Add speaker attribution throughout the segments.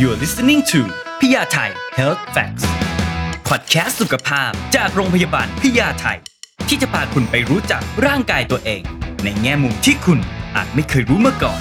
Speaker 1: You're listening to พยาไทย Health Facts Podcast สุขภาพจากโรงพยาบาลพยาไทย ที่จะพาคุณไปรู้จักร่างกายตัวเอง ในแง่มุมที่คุณอาจไม่เคยรู้มาก่อน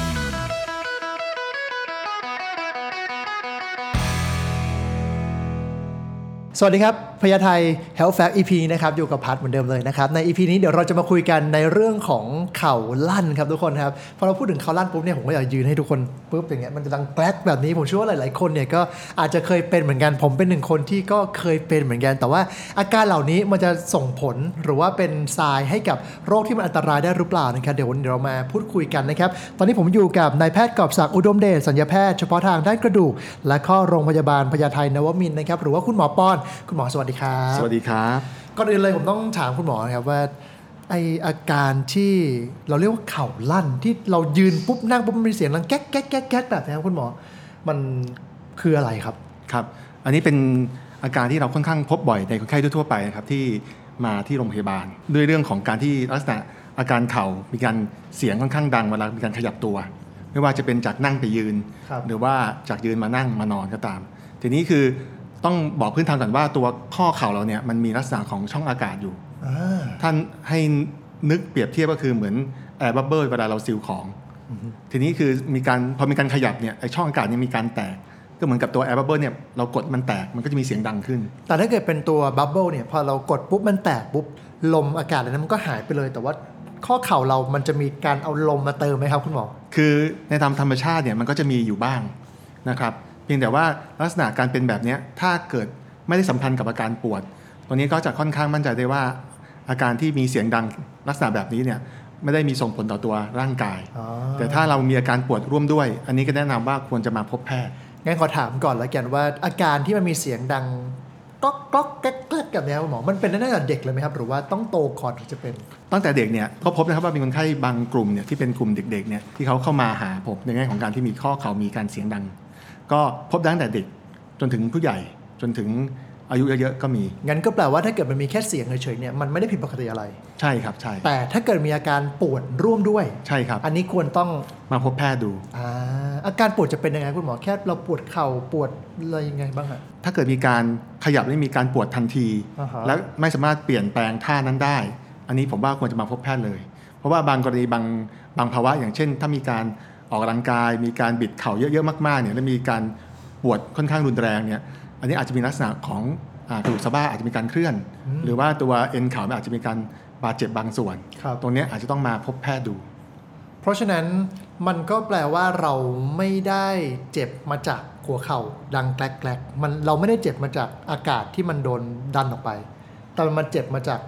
Speaker 2: สวัสดีครับพยาไทย Health Fact EP นี้นะครับอยู่กับพัทเหมือนเดิมเลยนะครับใน EP นี้เดี๋ยวเราจะมาคุยกันในเรื่องของเข่าลั่นครับทุกคนครับพอเราพูดถึงเข่าลั่นปุ๊บเนี่ยผมก็อยากยืนให้ทุกคนปุ๊บอย่างเงี้ยมันจะดังแกลกแบบนี้ผมเชื่อว่าหลาย ๆ คนเนี่ยก็อาจจะเคยเป็นเหมือนกันผมเป็นหนึ่งคนที่ก็เคยเป็นเหมือนกัน แต่ว่าอาการเหล่านี้มันจะส่งผลหรือว่าเป็นทรายให้กับโรคที่มันอันตรายได้หรือเปล่านะครับเดี๋ยววันนี้เรามาพูดคุยกันนะครับตอนนี้ผมอยู่กับนายแพทย์กอบศักดิ์อุดมเดชสัญญาแพทย์เฉพาะทางด้านกระดูกและข้อโรงพยาบาลพญาไทนวมินทร์นะครับหรือว่าคุณหมอปอน คุณหมอสวัสดีครับ
Speaker 3: สวัสดีครับ
Speaker 2: ก่อนอื่นเลยผมต้องถามคุณหมอนะครับว่าไออาการที่เราเรียกว่าเข่าลั่นที่เรายืนปุ๊บนั่งปุ๊บมันมีเสียงดังแก๊กแก๊กแก๊กแก๊กแบบนี้ครับคุณหมอ มันคืออะไรครับ
Speaker 3: ครับ อันนี้เป็นอาการที่เราค่อนข้างพบบ่อยในคนไข้ทั่วๆไปนะครับที่มาที่โรงพยาบาล ด้วยเรื่องของการที่ลักษณะอาการเข่ามีการเสียงค่อนข้างดังเวลามีการขยับตัว ไม่ว่าจะเป็นจากนั่งไปยืน
Speaker 2: ครับ
Speaker 3: หรือว่าจากยืนมานั่งมานอนก็ตาม ทีนี้คือต้องบอกพื้นฐานก่อนว่าตัวข้อเข่าเราเนี่ยมันมีลักษณะของช่องอากาศอยู่
Speaker 2: อ่า
Speaker 3: ท่านให้นึกเปรียบเทียบก็คือเหมือนแอร์บับเบิลเวลาเราซิลของ ทีนี้คือมีการพอมีการขยับเนี่ยไอช่องอากาศเนี่ยมีการแตก ก็เหมือนกับตัวแอร์บับเบิลเนี่ยเรากดมันแตกมันก็จะมีเสียงดังขึ้น
Speaker 2: แต่ถ้าเกิดเป็นตัวบับเบิลเนี่ยพอเรากดปุ๊บมันแตกปุ๊บ ลมอากาศในนั้นมันก็หายไปเลย แต่ว่าข้อเข่าเรามันจะมีการเอาลมมาเติมไหมครับคุณหมอ
Speaker 3: คือในตามธรรมชาติเนี่ยมันก็จะมีอยู่บ้างนะครับเพียงแต่ว่าลักษณะการเป็นแบบเนี้ยถ้าเกิดไม่ได้สัมพันธ์กับอาการปวด ตรงนี้ก็จะค่อนข้างมั่นใจได้ว่า อาการที่มีเสียงดังลักษณะแบบนี้เนี่ยไม่ได้มีส่งผลต่อตัวร่างกาย
Speaker 2: อ๋อ
Speaker 3: แต่ถ้าเรามีอาการปวดร่วมด้วย อันนี้ก็แนะนำว่าควรจะมาพบแพทย์
Speaker 2: งั้นขอถามก่อนแล้วกันว่าอาการที่มันมีเสียงดังก๊อกก๊อกแก๊กแก๊กแบบนี้ครับคุณหมอมันเป็นได้ตั้งแต่เด็กเลยไหมครับ หรือว่าต้องโตก่อนถึงจะเป็น
Speaker 3: ตั้งแต่เด็กเนี่ยก็พบนะครับว่ามีคนไข้บางกลุ่มเนี่ยที่เป็นกลุ่มเด็กๆเนี่ยที่เขาเข้ามาหาผมในแง่ของการที่มีข้อเขามีการเสียงดัง ก็พบได้ตั้งแต่เด็กจนถึงผู้ใหญ่จนถึงอายุเยอะๆก็มี
Speaker 2: งั้นก็แปลว่าถ้าเกิดมันมีแค่เสียงเฉยๆเนี่ยมันไม่ได้ผิดปกติอะไร
Speaker 3: ใช่ครับใช่
Speaker 2: แต่ถ้าเกิดมีอาการปวดร่วมด้วย
Speaker 3: ใช่ครับ
Speaker 2: อันนี้ควรต้อง
Speaker 3: มาพบแพทย์ดู
Speaker 2: อ่าอาการปวดจะเป็นยังไงคุณหมอแค่เราปวดเข่าปวดอะไรยังไงบ้างฮะ
Speaker 3: ถ้าเกิดมีการขยับและมีการปวดทันที
Speaker 2: อ่าฮะ
Speaker 3: และไม่สามารถเปลี่ยนแปลงท่านั้นได้ อันนี้ผมว่าควรจะมาพบแพทย์เลย เพราะว่าบางกรณีบางบางภาวะอย่างเช่น ถ้ามีการออกกำลังกาย มีการบิดเข่าเยอะๆมากๆเนี่ยและมีการปวดค่อนข้างรุนแรงเนี่ยอันนี้อาจจะมีลักษณะของอ่ากระดูกสะบ้าอาจจะมีการเคลื่อน หรือว่าตัวเอ็นเข่ามันอาจจะมีการบาดเจ็บบางส่วน
Speaker 2: ครับ
Speaker 3: ตรงเนี้ยอาจจะต้องมาพบแพทย์ดู
Speaker 2: เพราะฉะนั้นมันก็แปลว่าเราไม่ได้เจ็บมาจากหัวเข่าดังแกลกๆมันเราไม่ได้เจ็บมาจากอากาศที่มันโดนดันออกไป แต่มันเจ็บมาจาก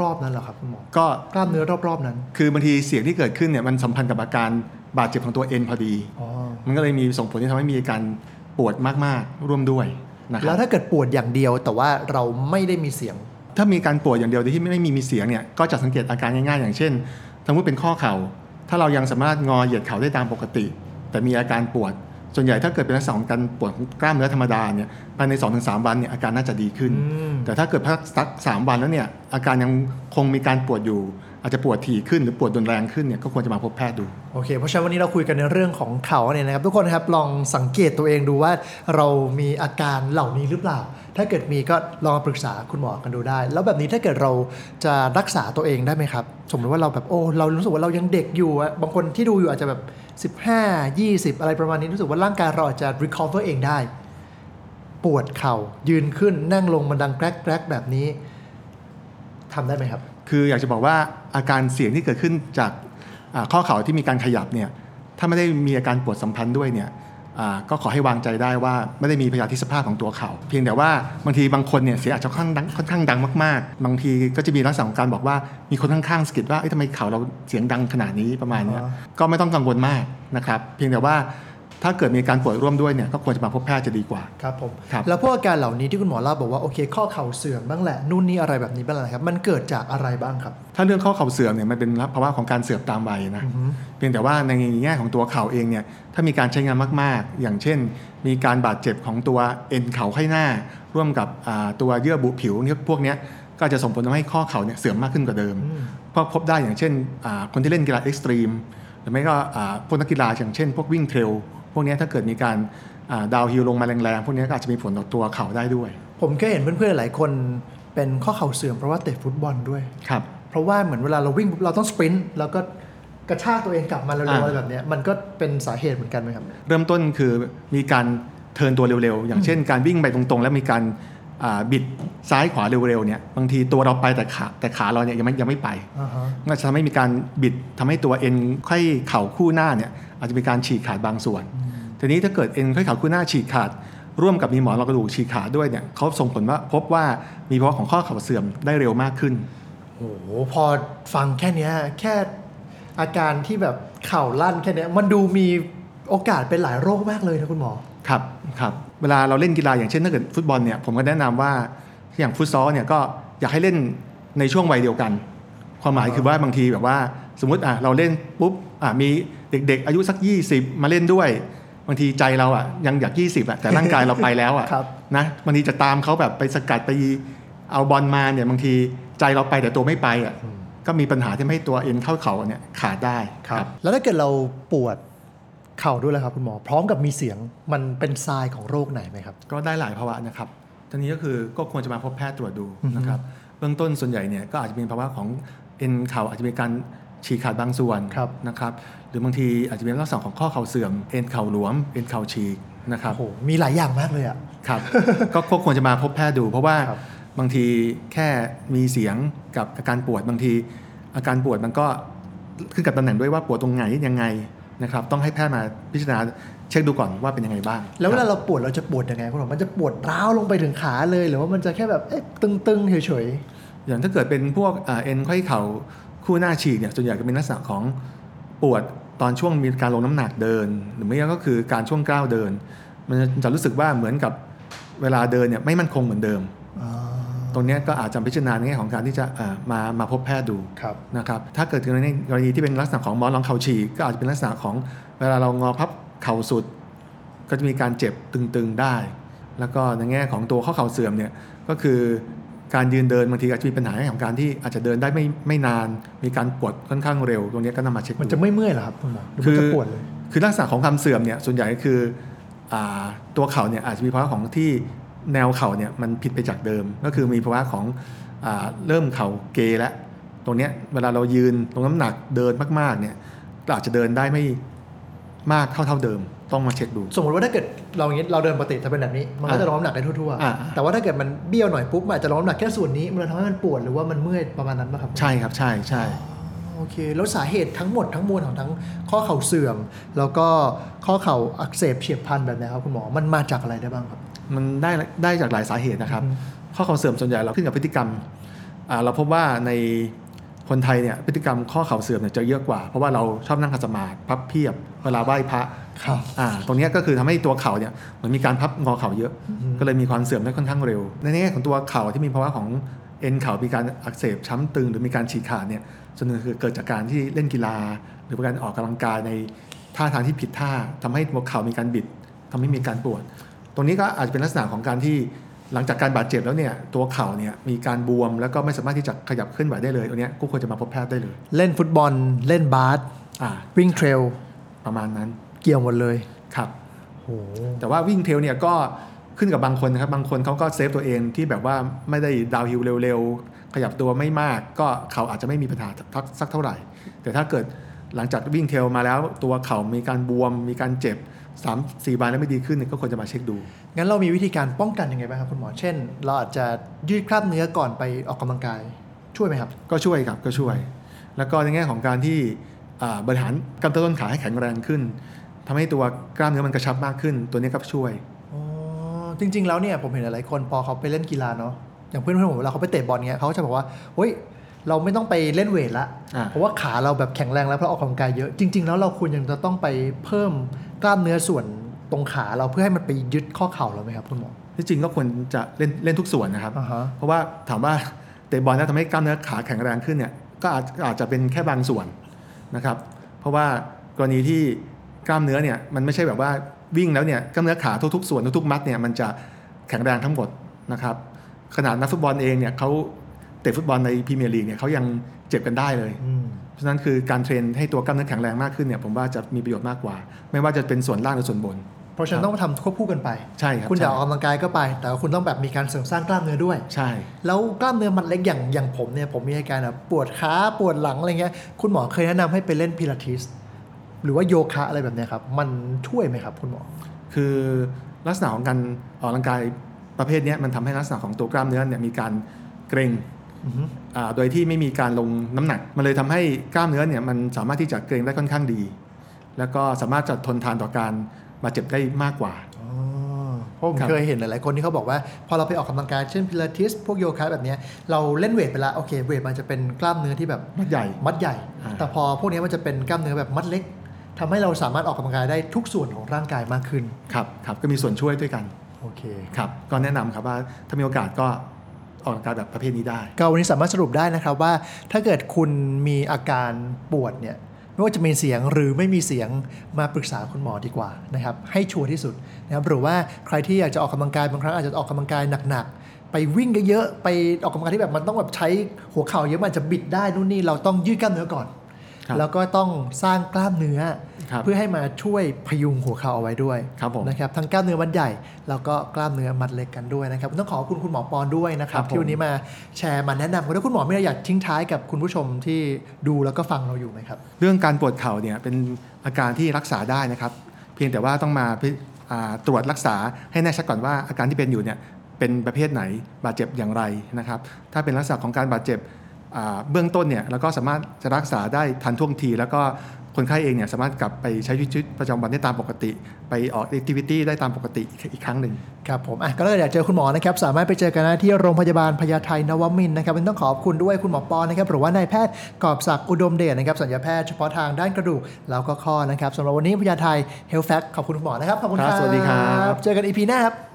Speaker 2: รอบๆนั้นเหรอครับคุณหมอ
Speaker 3: ก็
Speaker 2: กล้ามเนื้อรอบๆนั้น
Speaker 3: คือบางทีเสียงที่เกิดขึ้นเนี่ยมันสัมพันธ์กับอาการบาดเจ็บของตัวเอ็นพอดี
Speaker 2: อ๋อ
Speaker 3: มันก็เลยมีส่งผลที่ทำให้มีอาการปวดมากๆร่วมด้วยนะค
Speaker 2: แล้
Speaker 3: รั
Speaker 2: ว
Speaker 3: บ
Speaker 2: ถ้าเกิดปวดอย่างเดียวแต่ว่าเราไม่ได้มีเสียง
Speaker 3: ถ้ามีการปวดอย่างเดียวโดยที่ไม่ได้มีมีเสียงเนี่ยก็จะสังเกตอาการง่ายๆ อย่างเช่นสมมติเป็นข้อเข่า ถ้าเรายังสามารถงอเหยียดเข่าได้ตามปกติ แต่มีอาการปวด ส่วนใหญ่ถ้าเกิดเป็นลักษณะของการปวดกล้ามเนื้อธรรมดาเนี่ยภายใน 2-3 วันเนี่ยอาการน่าจะดีขึ้น
Speaker 2: อืม
Speaker 3: แต่ถ้าเกิดพักสักสามวันแล้วเนี่ยอาการยังคงมีการปวดอยู่ อาจจะปวดถี่ขึ้นหรือปวดรุนแรงขึ้นเนี่ยก็ควรจะมาพบแพทย์ดู
Speaker 2: โอเค เพราะฉะนั้นวันนี้เราคุยกันในเรื่องของเข่าเนี่ยนะครับ ทุกคนครับลองสังเกตตัวเองดูว่าเรามีอาการเหล่านี้หรือเปล่า ถ้าเกิดมีก็ลองปรึกษาคุณหมอกันดูได้ แล้วแบบนี้ถ้าเกิดเราจะรักษาตัวเองได้ไหมครับ สมมติว่าเราแบบโอ้เรารู้สึกว่าเรายังเด็กอยู่อะบางคนที่ดูอยู่อาจจะแบบ 15 20 อะไรประมาณนี้รู้สึกว่าร่างกายเราอาจจะ recover เองได้ ปวดเข่ายืนขึ้นนั่งลงมันดังแกรกๆแบบนี้ทำได้ไหมครับ
Speaker 3: คืออยากจะบอกว่าอาการเสียงที่เกิดขึ้นจากอ่าข้อเข่าที่มีการขยับเนี่ยถ้าไม่ได้มีอาการปวดสัมพันธ์ด้วยเนี่ยอ่าก็ขอให้วางใจได้ว่าไม่ได้มีพยาธิสภาพของตัวเขาเพียงแต่ว่าบางทีบางคนเนี่ยเสียงอาจจะค่อนข้างดังค่อนข้างดังมากๆ บางทีก็จะมีลักษณะของการบอกว่ามีคนข้างๆสะกิดว่าเอ้ยทำไมเขาเราเสียงดังขนาดนี้ประมาณเนี้ย
Speaker 2: อ๋อ
Speaker 3: ก็ไม่ต้องกังวลมากนะครับเพียงแต่ว่าถ้าเกิดมีการปวดร่วมด้วยเนี่ยก็ควรจะมาพบแพทย์จะดีกว่า
Speaker 2: ครับผม
Speaker 3: ครับ
Speaker 2: แล้วพวกอาการเหล่านี้ที่คุณหมอเล่าบอกว่า โอเค ข้อเข่าเสื่อมบ้างแหละ นู่นนี่อะไรแบบนี้บ้างแหละครับ มันเกิดจากอะไรบ้างครับ
Speaker 3: ถ้าเรื่องข้อเข่าเสื่อมเนี่ยมันเป็นภาวะของการเสื่อมตามวัยนะเพียงแต่ว่าในแง่ของตัวเข่าเองเนี่ยถ้ามีการใช้งานมาก ๆ อย่างเช่น มีการบาดเจ็บของตัวเอ็นเข่าไข้หน้า ร่วมกับอ่าตัวเยื่อบุผิวเนี่ยพวกเนี้ยก็จะส่งผลทำให้ข้อเข่าเนี่ยเสื่อมมากขึ้นกว่าเดิมเพราะพบได้อย่างเช่นอ่าคนที่เล่นกีฬาเอ็กซ์ตรีมหรือไม่ก็อ่าพวกนักกีฬาอย่างเช่น พวกวิ่งเทรลพวกเนี้ยถ้าเกิดมีการ ดาวฮิลลงมาแรงๆ พวกนี้ก็อาจจะมีผลต่อตัวเข่าได้ด้วย
Speaker 2: ผมเคยเห็นเพื่อนๆหลายคนเป็นข้อเข่าเสื่อมเพราะว่าเตะฟุตบอลด้วย
Speaker 3: ครับ
Speaker 2: เพราะว่าเหมือนเวลาเราวิ่งปุ๊บเราต้องสปรินต์แล้วก็กระชากตัวเองกลับมาเร็วๆ
Speaker 3: อ่า
Speaker 2: อะไรแบบเนี้ยมันก็เป็นสาเหตุเหมือนกันไหมครับ
Speaker 3: เริ่มต้นคือมีการเทิร์นตัวเร็วๆ อย่างเช่น การวิ่งไปตรงๆ แล้วมีการอ่าบิดซ้ายขวาเร็วๆเนี่ยบางทีตัวเราไปแต่ขาแต่ขาเราเนี่ยยังไม่ยังไม่ไป
Speaker 2: อ่าฮะ
Speaker 3: ก็จะทำให้มีการบิดทำให้ตัวเอ็นไขว้เข่าคู่หน้าเนี่ยอาจจะมีการฉีกขาดบางส่วน ทีนี้ถ้าเกิดเอ็นไขว้เข่าคู่หน้าฉีกขาด ร่วมกับมีหมอนรองกระดูกฉีกขาดด้วยเนี่ยเขาส่งผลว่าพบว่ามีภาวะของข้อเข่าเสื่อมได้เร็วมากขึ้น
Speaker 2: โอ้โหพอฟังแค่เนี้ยแค่อาการที่แบบเข่าลั่นแค่เนี้ยมันดูมีโอกาสเป็นหลายโรคมากเลยนะคุณหมอ
Speaker 3: ครับครับเวลาเราเล่นกีฬาอย่างเช่นถ้าเกิดฟุตบอลเนี่ยผมก็แนะนำว่าอย่างฟุตซอลเนี่ยก็อยากให้เล่นในช่วงวัยเดียวกัน ความหมายคือว่าบางทีแบบว่าสมมติอ่ะเราเล่นปุ๊บอ่ะมีเด็ก ๆ อายุสัก 20 มาเล่นด้วย บางทีใจเราอ่ะยังอยาก 20อ่ะแต่ร่างกายเราไปแล้วอ่ะ
Speaker 2: ครับ
Speaker 3: นะบางทีจะตามเขาแบบไปสกัดไปเอาบอลมาเนี่ยบางทีใจเราไปแต่ตัวไม่ไปอ่ะก็มีปัญหาที่ทำให้ตัวเอ็นเข้าเข่าเนี่ยขาดได้
Speaker 2: แล้วถ้าเกิดเราปวดเข่าด้วยล่ะครับคุณหมอ พร้อมกับมีเสียงมันเป็นทรายของโรคไหนไหมครับ
Speaker 3: ก็ได้หลายภาวะนะครับทีนี้ก็คือก็ควรจะมาพบแพทย์ตรวจดูนะครับ เบื้องต้นส่วนใหญ่เนี่ยก็อาจจะมีภาวะของเอ็นเข่าอาจจะมีการฉีกขาดบางส่วน
Speaker 2: ครับ
Speaker 3: นะครับ หรือบางทีอาจจะมีลักษณะของข้อเข่าเสื่อม เอ็นเข่าหลวม เอ็นเข่าฉีกนะครั
Speaker 2: โอ้
Speaker 3: บ
Speaker 2: โหมีหลายอย่างมากเลยอะ
Speaker 3: ครับ ก็ก็ควรจะมาพบแพทย์ดู เพราะว่า
Speaker 2: ครับ
Speaker 3: บางทีแค่มีเสียงกับอาการปวดบางที อาการปวดมันก็ขึ้นกับตำแหน่งด้วยว่าปวดตรงไหนยังไงนะครับ ต้องให้แพทย์มาพิจารณาเช็คดูก่อนว่าเป็นยังไงบ้าง
Speaker 2: แล้วเว
Speaker 3: ค
Speaker 2: ลา
Speaker 3: รับ
Speaker 2: เราปวดเราจะปวดยังไงคุณหมอมันจะปวดร้าวลงไปถึงขาเลย หรือว่ามันจะแค่แบบเอ๊ะตึงๆเฉย
Speaker 3: อย่างถ้าเกิดเป็นพวกอ่าเอ็นไขว้เข่าคู่หน้าฉีกเนี่ยส่วนใหญ่จะเป็นลักษณะของปวดตอนช่วงมีการลงน้ำหนักเดิน หรือไม่ก็คือการช่วงก้าวเดิน มันจะรู้สึกว่าเหมือนกับเวลาเดินเนี่ยไม่มั่นคงเหมือนเดิม
Speaker 2: ๆอ่า
Speaker 3: ตรงเนี้ยก็อาจจะพิจารณาในแง่ของการที่จะอ่ามามาพบแพทย์ดู
Speaker 2: ครับ
Speaker 3: นะครับถ้าเกิดกรณีกรณีที่เป็นลักษณะของหมอนรองเข่าฉีกก็อาจจะเป็นลักษณะของเวลาเรางอพับเข่าสุด ก็จะมีการเจ็บตึงๆได้ แล้วก็ในแง่ของตัวข้อเข่าเสื่อมเนี่ยก็คือการยืนเดินบางทีอาจจะมีปัญหาในแง่ของการที่อาจจะเดินได้ไม่ไม่นาน มีการปวดค่อนข้างเร็ว ตรงเนี้ยก็นำมาเช็คดู
Speaker 2: มันจะไม่เมื่อยเหรอครับคุณหมอหรือ
Speaker 3: คื
Speaker 2: มัน
Speaker 3: อ
Speaker 2: จะปวดเลย
Speaker 3: คือลักษณะของความเสื่อมเนี่ยส่วนใหญ่ก็คืออาตัวเข่าเนี่ยอาจจะมีภาวะของที่แนวเข่าเนี่ยมันผิดไปจากเดิม ก็คือมีภาวะของอาเริ่มเข่าเกยแล้วตรงเนี้ยเวลาเรายืนตรงน้ำหนักเดินมากๆเนี่ยเราอาจจะเดินได้ไม่มากเท่าเท่าเดิม ต้องมาเช็คดู
Speaker 2: สมมติว่าถ้าเกิดเราอย่างนี้เราเดินปกติจะเป็นแบบนี้ มันก็จะ
Speaker 3: อ่ะ
Speaker 2: ร้อนำหนักได้ทั่ว
Speaker 3: อ่ะ
Speaker 2: ๆ แต่ว่าถ้าเกิดมันเบี้ยวหน่อยปุ๊บมันอาจจะร้อนำหนักแค่ส่วนนี้มันเลยทำให้มันปวดหรือว่ามันเมื่อยประมาณนั้นป่ะครับ
Speaker 3: ใช่ครับใช่ใช่
Speaker 2: โอเค แล้วสาเหตุทั้งหมดทั้งมวลของทั้งข้อเข่าเสื่อม แล้วก็ข้อเข่าอักเสบเฉียบพลันแบบนี้ครับคุณหมอมันมาจากอะไรได้บ้างครับ
Speaker 3: มันได้ได้จากหลายสาเหตุนะครับ ข้อเข่าเสื่อมส่วนใหญ่เราขึ้นกับพฤติกรรมอ่าเราพบว่าในคนไทยเนี่ยพฤติกรรมข้อเข่าเสื่อมเนี่ยจะเยอะกว่า เพราะว่าเราชอบนั่งขัดสมาธิพับเพียบเวลาไหว้พระ
Speaker 2: ครับ
Speaker 3: อ่าตรงเนี้ยก็คือทำให้ตัวเข่าเนี่ยเหมันมีการพับงอเข่าเยอะ ก็เลยมีความเสื่อมได้ค่อนข้างเร็ว ในแง่ของตัวเข่าที่มีภาวะของเอ็นเข่ามีการอักเสบช้ำตึง หรือมีการฉีกขาดเนี่ยส่วนหนึ่งคือเกิดจากการที่เล่นกีฬา หรือว่าการออกกำลังกายในท่าทางที่ผิดท่าทำให้ตัวเข่ามีการบิดทำให้มีการปวด ตรงนี้ก็อาจจะเป็นลักษณะของการที่หลังจากการบาดเจ็บแล้วเนี่ยตัวเข่าเนี่ยมีการบวมแล้วก็ไม่สามารถที่จะขยับเคลื่อนไหวได้เลยอันเนี้ยก็ควรจะมาพบแพทย์ได้เลย
Speaker 2: เล่นฟุตบอลเล่นบาส
Speaker 3: อ่า
Speaker 2: วิ่งเทรล
Speaker 3: ประมาณนั้น
Speaker 2: เกี่ยวหมดเลย
Speaker 3: ครับ
Speaker 2: โอ้โห
Speaker 3: แต่ว่าวิ่งเทรลเนี่ยก็ขึ้นกับบางคนนะครับ บางคนเขาก็เซฟตัวเองที่แบบว่าไม่ได้ดาวน์ฮิลเร็วๆ ขยับตัวไม่มาก ก็เขาอาจจะไม่มีปัญหาทักสักเท่าไหร่ แต่ถ้าเกิดหลังจากวิ่งเทรลมาแล้ว ตัวเขามีการบวม มีการเจ็บ3 4วันแล้วไม่ดีขึ้นเนี่ยก็ควรจะมาเช็คดู
Speaker 2: งั้นเรามีวิธีการป้องกันยังไงบ้างครับคุณหมอ เช่น เราอาจจะยืดคราบเนื้อก่อนไปออกกำลังกาย ช่วยไหมครับ
Speaker 3: ก็ช่วยครับก็ช่วย แล้วก็ในแง่ของการที่อ่าบริหารกล้ามเนื้อต้นขาให้แข็งแรงขึ้นทำให้ตัวกล้ามเนื้อมันกระชับมากขึ้น ตัวนี้ก็ช่วย
Speaker 2: อ๋อ จริง ๆ แล้วเนี่ยผมเห็นหลายๆคนพอเขาไปเล่นกีฬาเนาะ อย่างเพื่อนๆผมเวลาเขาไปเตะบอลเงี้ยเขาก็จะบอกว่าเฮ้ย เราไม่ต้องไปเล่นเวทละ
Speaker 3: อ่า
Speaker 2: เพราะว่าขาเราแบบแข็งแรงแล้วเพราะออกกำลังกายเยอะ จริง ๆ แล้วเราควรยังจะต้องไปเพิ่มกล้ามเนื้อส่วนตรงขาเราเพื่อให้มันไปยึดข้อเข่าเราไหมครับคุณหมอ
Speaker 3: ที่จริงก็ควรจะเล่นเล่นทุกส่วนนะครับ
Speaker 2: อ่าฮะ
Speaker 3: เพราะว่าถามว่าเตะบอลแล้วทำให้กล้ามเนื้อขาแข็งแรงขึ้นเนี่ยก็อาจอาจจะเป็นแค่บางส่วนนะครับ เพราะว่ากรณีที่กล้ามเนื้อเนี่ยมันไม่ใช่แบบว่าวิ่งแล้วเนี่ยกล้ามเนื้อขาทุกๆส่วนทุกๆมัดเนี่ยมันจะแข็งแรงทั้งหมดนะครับขนาดนักฟุตบอลเองเนี่ยเขาเตะฟุตบอลในพรีเมียร์ลีกเนี่ยเขายังเจ็บกันได้เลย
Speaker 2: อืม
Speaker 3: เพราะฉะนั้นคือการเทรนให้ตัวกล้ามเนื้อแข็งแรงมากขึ้นเนี่ยผมว่าจะมีประโยชน์มากกว่า ไม่ว่าจะเป็นส่วนล่างหรือส่วนบน
Speaker 2: เพราะฉะนั้นต้องทำควบคู่กันไป
Speaker 3: ใช่ครับ
Speaker 2: คุณอยากอ
Speaker 3: ใช่
Speaker 2: อกกำลังกายก็ไป แต่ว่าคุณต้องแบบมีการเสริมสร้างกล้ามเนื้อด้วย
Speaker 3: ใช่
Speaker 2: แล้วกล้ามเนื้อมันเล็กอย่างอย่างผมเนี่ยผมมีอาการแบบปวดขาปวดหลังอะไรเงี้ยคุณหมอเคยแนะนำให้ไปเล่นพิลาทิส หรือว่าโยคะอะไรแบบเนี้ยครับ มันช่วยไหมครับคุณหมอ
Speaker 3: คือลักษณะของการออกกำลังกายประเภทเนี้ยมันทำให้ลักษณะของตัวกล้ามเนื้อเนี่ยมีการเกร็งอ่าโดยที่ไม่มีการลงน้ำหนัก มันเลยทำให้กล้ามเนื้อเนี่ยมันสามารถที่จะเกร็งได้ค่อนข้างดี แล้วก็สามารถจะทนทานต่อการบาดเจ็บได้มากกว่า
Speaker 2: อ๋อเพราะผม
Speaker 3: ครับ
Speaker 2: เคยเห็นหลาย ๆ คนที่เขาบอกว่า พอเราไปออกกำลังกายเช่นพิลาทิส พวกโยคะแบบเนี้ยเราเล่นเวทไปละโอเคเวทมันจะเป็นกล้ามเนื้อที่แบบ
Speaker 3: มัดใหญ่
Speaker 2: มัดใหญ่
Speaker 3: อ่า
Speaker 2: แต่พอพวกเนี้ยมันจะเป็นกล้ามเนื้อแบบมัดเล็กทำให้เราสามารถออกกำลังกายได้ทุกส่วนของร่างกายมากขึ้น
Speaker 3: ครับครับก็มีส่วนช่วยด้วยกัน
Speaker 2: โอเค
Speaker 3: ครับก็แนะนำครับว่าถ้ามีโอกาสก็ออกกำลังกายแบบประเภทนี้ได้
Speaker 2: ก็วันนี้สามารถสรุปได้นะครับว่า ถ้าเกิดคุณมีอาการปวดเนี่ยไม่ว่าจะมีเสียงหรือไม่มีเสียงมาปรึกษาคุณหมอดีกว่านะครับให้ชัวร์ที่สุดนะครับหรือว่าใครที่อยากจะออกกำลังกายบางครั้งอาจจะออกกำลังกายหนัก ๆ ไปวิ่งเยอะๆไปออกกำลังกายที่แบบมันต้องแบบใช้หัวเข่าเยอะมันอาจจะบิดได้นู่นนี่เราต้องยืดกล้ามเนื้อก่อน
Speaker 3: ครับ
Speaker 2: แล้วก็ต้องสร้างกล้ามเนื้อ
Speaker 3: ครับ
Speaker 2: เพื่อให้มาช่วยพยุงหัวเข่าเอาไว้ด้วย
Speaker 3: ครับผม
Speaker 2: นะครับทั้งกล้ามเนื้อมัดใหญ่แล้วก็กล้ามเนื้อมัดเล็กกันด้วยนะครับต้องขอบคุณคุณหมอปอนด้วยนะครับ
Speaker 3: ครับผม
Speaker 2: ที่วันนี้มาแชร์มาแนะนำกันแล้วคุณหมอไม่ได้อยากทิ้งท้ายกับคุณผู้ชมที่ดูแล้วก็ฟังเราอยู่ไหมครับ
Speaker 3: เรื่องการปวดเข่าเนี่ยเป็นอาการที่รักษาได้นะครับ เพียงแต่ว่าต้องมาพิอ่าตรวจรักษาให้แน่ชัดก่อนว่าอาการที่เป็นอยู่เนี่ยเป็นประเภทไหนบาดเจ็บอย่างไรนะครับ ถ้าเป็นลักษณะของการบาดเจ็บอ่าเบื้องต้นเนี่ยเราก็สามารถจะรักษาได้ทันท่วงที แล้วก็คนไข้เองเนี่ยสามารถกลับไปใช้ชีวิตประจำวันได้ตามปกติ ไปออกแอคทิวิตี้ได้ตามปกติอีกครั้งหนึ่ง
Speaker 2: ครับผมอ่ะก็ถ้าเกิดอยากเจอคุณหมอนะครับ สามารถไปเจอกันได้ที่โรงพยาบาลพญาไทนวมินทร์นะครับวันนี้ต้องขอบคุณด้วยคุณหมอปอนนะครับ หรือว่านายแพทย์กอบศักดิ์อุดมเดชนะครับสัญญาแพทย์เฉพาะทางด้านกระดูก แล้วก็ข้อนะครับสำหรับวันนี้พญาไทเฮลแฟกขอบคุณคุณหมอนะครับ ขอบคุณค
Speaker 3: ครั
Speaker 2: รับบ
Speaker 3: สวัสดีครับ
Speaker 2: เจอกันอีพีหน้าครับ